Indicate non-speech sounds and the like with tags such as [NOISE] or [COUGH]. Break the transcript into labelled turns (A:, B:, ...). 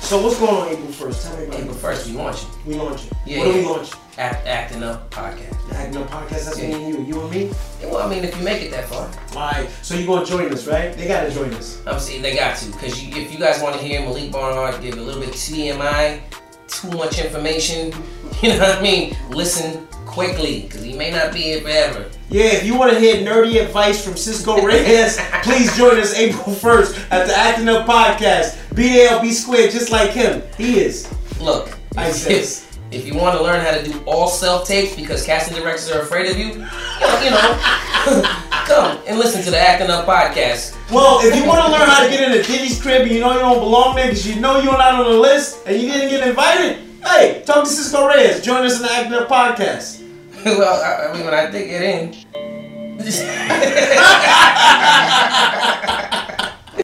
A: So what's going on April first? Tell me about
B: April
A: April.
B: first, we launching
A: We launching.
B: Yeah,
A: What are we
B: yeah.
A: launching?
B: Act, acting up podcast.
A: The Acting Up Podcast. That's
B: Yeah.
A: me and you. You and me.
B: Yeah, Well, I mean, if you make it that far,
A: All right. So you gonna join us, right? They gotta join us.
B: I'm saying they got to. Because you, if you guys want to hear Malik Barnhart give a little bit TMI, too much information, [LAUGHS] you know what I mean? Listen quickly, because he may not be here forever.
A: Yeah, if you want to hear nerdy advice from Cisco [LAUGHS] Reyes, please join us April 1st at the Acting Up Podcast. Be there, be square, just like him. He is.
B: Look,
A: I
B: if, if you want to learn how to do all self tapes because casting directors are afraid of you, you know, you know, [LAUGHS] come and listen to the Acting Up podcast. [LAUGHS]
A: Well, if you want to learn how to get into Diddy's crib and you know you don't belong there because you know you're not on the list and you didn't get invited, hey, talk to Cisco Reyes. Join us in the Acting Up Podcast.
B: [LAUGHS] well, I, I mean, when I think it in.